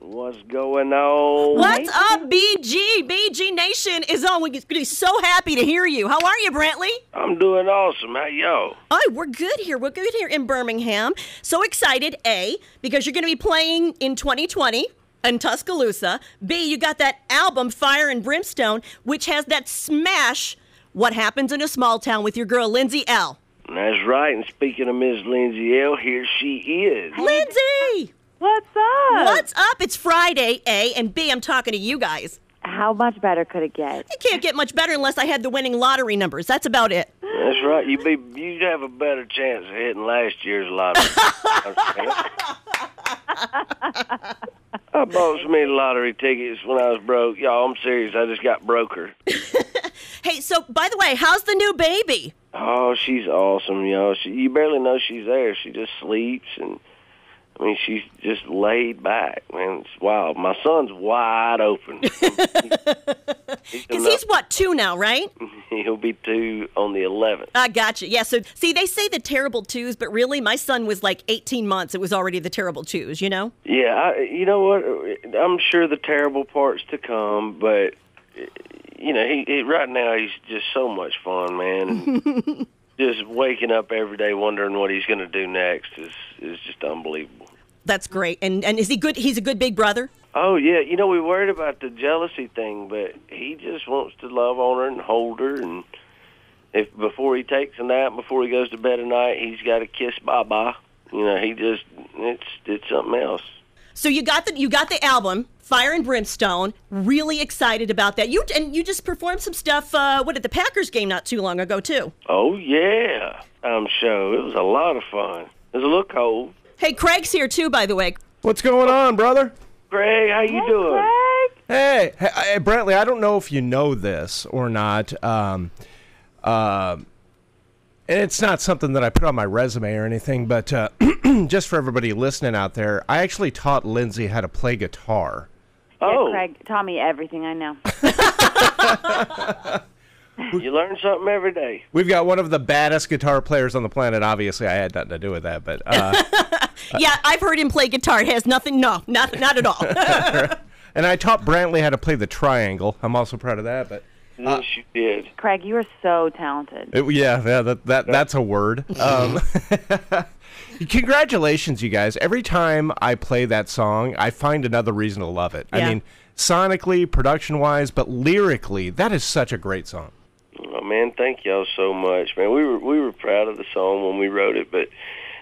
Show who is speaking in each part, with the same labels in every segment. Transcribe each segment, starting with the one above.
Speaker 1: What's going on?
Speaker 2: What's up, BG? BG Nation is on. We're going to be so happy to hear you. How are you, Brantley?
Speaker 1: I'm doing awesome. How yo?
Speaker 2: Oh, we're good here. We're good here in Birmingham. So excited, A, because you're going to be playing in 2020 in Tuscaloosa. B, you got that album, Fire and Brimstone, which has that smash, What Happens in a Small Town, with your girl, Lindsay L.
Speaker 1: That's right. And speaking of Miss Lindsay L, here she is.
Speaker 2: Lindsay!
Speaker 3: What's up?
Speaker 2: What's up? It's Friday, A, and B, I'm talking to you guys.
Speaker 3: How much better could it get?
Speaker 2: It can't get much better unless I had the winning lottery numbers. That's about it.
Speaker 1: That's right. You be you have a better chance of hitting last year's lottery. I bought so many lottery tickets when I was broke. Y'all, I'm serious. I just got broker.
Speaker 2: Hey, so by the way, how's the new baby?
Speaker 1: Oh, she's awesome, y'all. She, you barely know she's there. She just sleeps and. I mean, she's just laid back, man. It's wild. My son's wide open.
Speaker 2: Because he's what, two now, right?
Speaker 1: He'll be two on the 11th.
Speaker 2: I gotcha. Yeah, so see, they say the terrible twos, but really, my son was like 18 months. It was already the terrible twos, you know?
Speaker 1: Yeah, I, you know what? I'm sure the terrible parts to come, but you know, he, he right now he's just so much fun, man. just waking up every day wondering what he's going to do next is is just unbelievable.
Speaker 2: That's great. And and is he good? He's a good big brother?
Speaker 1: Oh yeah, you know we worried about the jealousy thing, but he just wants to love on her and hold her and if before he takes a nap, before he goes to bed at night, he's got to kiss bye bye. You know, he just it's it's something else.
Speaker 2: So you got the you got the album Fire and Brimstone. Really excited about that. You and you just performed some stuff. Uh, what at the Packers game not too long ago too.
Speaker 1: Oh yeah, I'm sure it was a lot of fun. It was a little cold.
Speaker 2: Hey, Craig's here too, by the way.
Speaker 4: What's going on, brother?
Speaker 1: Greg, how you doing?
Speaker 3: Greg?
Speaker 4: Hey, hey, hey, Brantley, I don't know if you know this or not. Um, uh, and it's not something that I put on my resume or anything, but uh, just for everybody listening out there, I actually taught Lindsay how to play guitar.
Speaker 1: Oh,
Speaker 3: Yeah, Craig taught me everything I know.
Speaker 1: you learn something every day.
Speaker 4: We've got one of the baddest guitar players on the planet. Obviously, I had nothing to do with that, but uh,
Speaker 2: yeah, I've heard him play guitar. It has nothing. No, not not at all.
Speaker 4: and I taught Brantley how to play the triangle. I'm also proud of that, but.
Speaker 1: Yes, you did.
Speaker 3: Craig, you are so talented.
Speaker 4: It- yeah, yeah, that, that that's a word. Um, congratulations, you guys! Every time I play that song, I find another reason to love it.
Speaker 2: Yeah.
Speaker 4: I mean, sonically, production-wise, but lyrically, that is such a great song.
Speaker 1: Oh man, thank y'all so much, man. We were we were proud of the song when we wrote it, but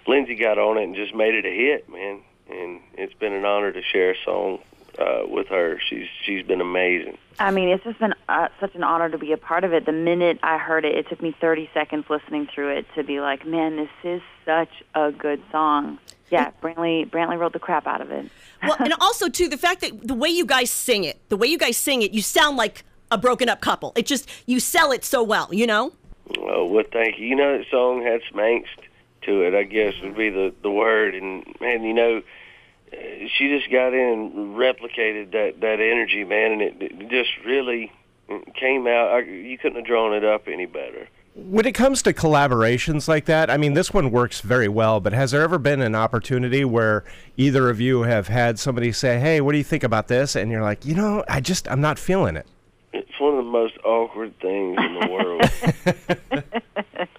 Speaker 1: Lindsay got on it and just made it a hit, man. And it's been an honor to share a song uh, with her. She's she's been amazing.
Speaker 3: I mean, it's just been uh, such an honor to be a part of it. The minute I heard it, it took me 30 seconds listening through it to be like, man, this is such a good song. Yeah, Brantley, Brantley wrote the crap out of it.
Speaker 2: well, and also too the fact that the way you guys sing it, the way you guys sing it, you sound like a broken up couple. It just you sell it so well, you know.
Speaker 1: Oh well, thank you. You know, that song had some angst to it. I guess would be the the word. And man, you know, uh, she just got in and replicated that that energy, man, and it, it just really came out. I, you couldn't have drawn it up any better.
Speaker 4: When it comes to collaborations like that, I mean, this one works very well. But has there ever been an opportunity where either of you have had somebody say, "Hey, what do you think about this?" and you're like, "You know, I just I'm not feeling it."
Speaker 1: It's one of the most awkward things in the world. like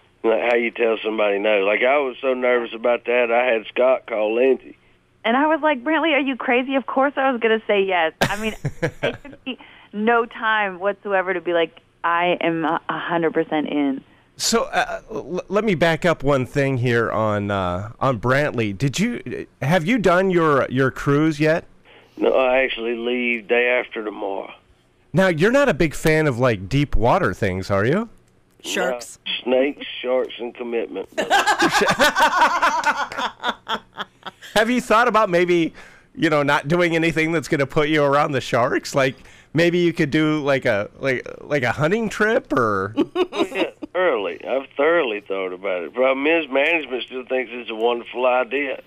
Speaker 1: how you tell somebody no. Like I was so nervous about that, I had Scott call Lindsay.
Speaker 3: And I was like, Brantley, are you crazy? Of course I was going to say yes. I mean, it took me no time whatsoever to be like, I am a 100% in.
Speaker 4: So uh, l- let me back up one thing here on uh, on Brantley. Did you have you done your your cruise yet?
Speaker 1: No, I actually leave day after tomorrow.
Speaker 4: Now you're not a big fan of like deep water things, are you?
Speaker 2: Sharks.
Speaker 1: Snakes, sharks, and commitment. But
Speaker 4: Have you thought about maybe you know not doing anything that's going to put you around the sharks? Like maybe you could do like a like like a hunting trip or
Speaker 1: thoroughly, I've thoroughly thought about it. Problem is, management still thinks it's a wonderful idea.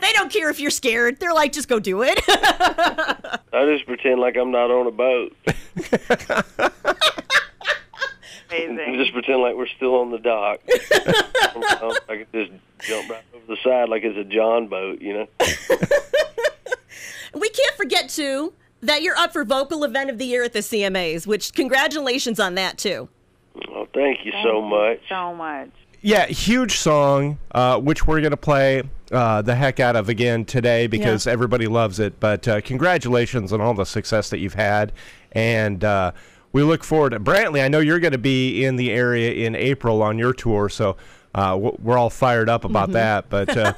Speaker 2: They don't care if you're scared. They're like, just go do it.
Speaker 1: I just pretend like I'm not on a boat.
Speaker 3: amazing.
Speaker 1: Just pretend like we're still on the dock. I could just jump right over the side like it's a John boat, you know.
Speaker 2: We can't forget too that you're up for vocal event of the year at the CMAs, which congratulations on that too.
Speaker 1: Well, thank you so much.
Speaker 3: So much.
Speaker 4: Yeah, huge song, uh, which we're gonna play uh, the heck out of again today because
Speaker 2: Yeah.
Speaker 4: everybody loves it. But uh, congratulations on all the success that you've had, and uh, we look forward to Brantley. I know you're gonna be in the area in April on your tour, so. Uh, w- we're all fired up about that, but uh,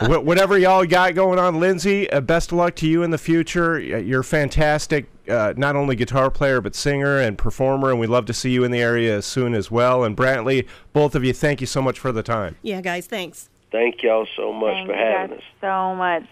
Speaker 4: wh- whatever y'all got going on, Lindsay, uh, best of luck to you in the future. Y- You're a fantastic, uh, not only guitar player but singer and performer, and we love to see you in the area soon as well. And Brantley, both of you, thank you so much for the time.
Speaker 2: Yeah, guys, thanks.
Speaker 1: Thank y'all so much
Speaker 3: Thank
Speaker 1: for
Speaker 3: you
Speaker 1: having
Speaker 3: guys
Speaker 1: us.
Speaker 3: so much.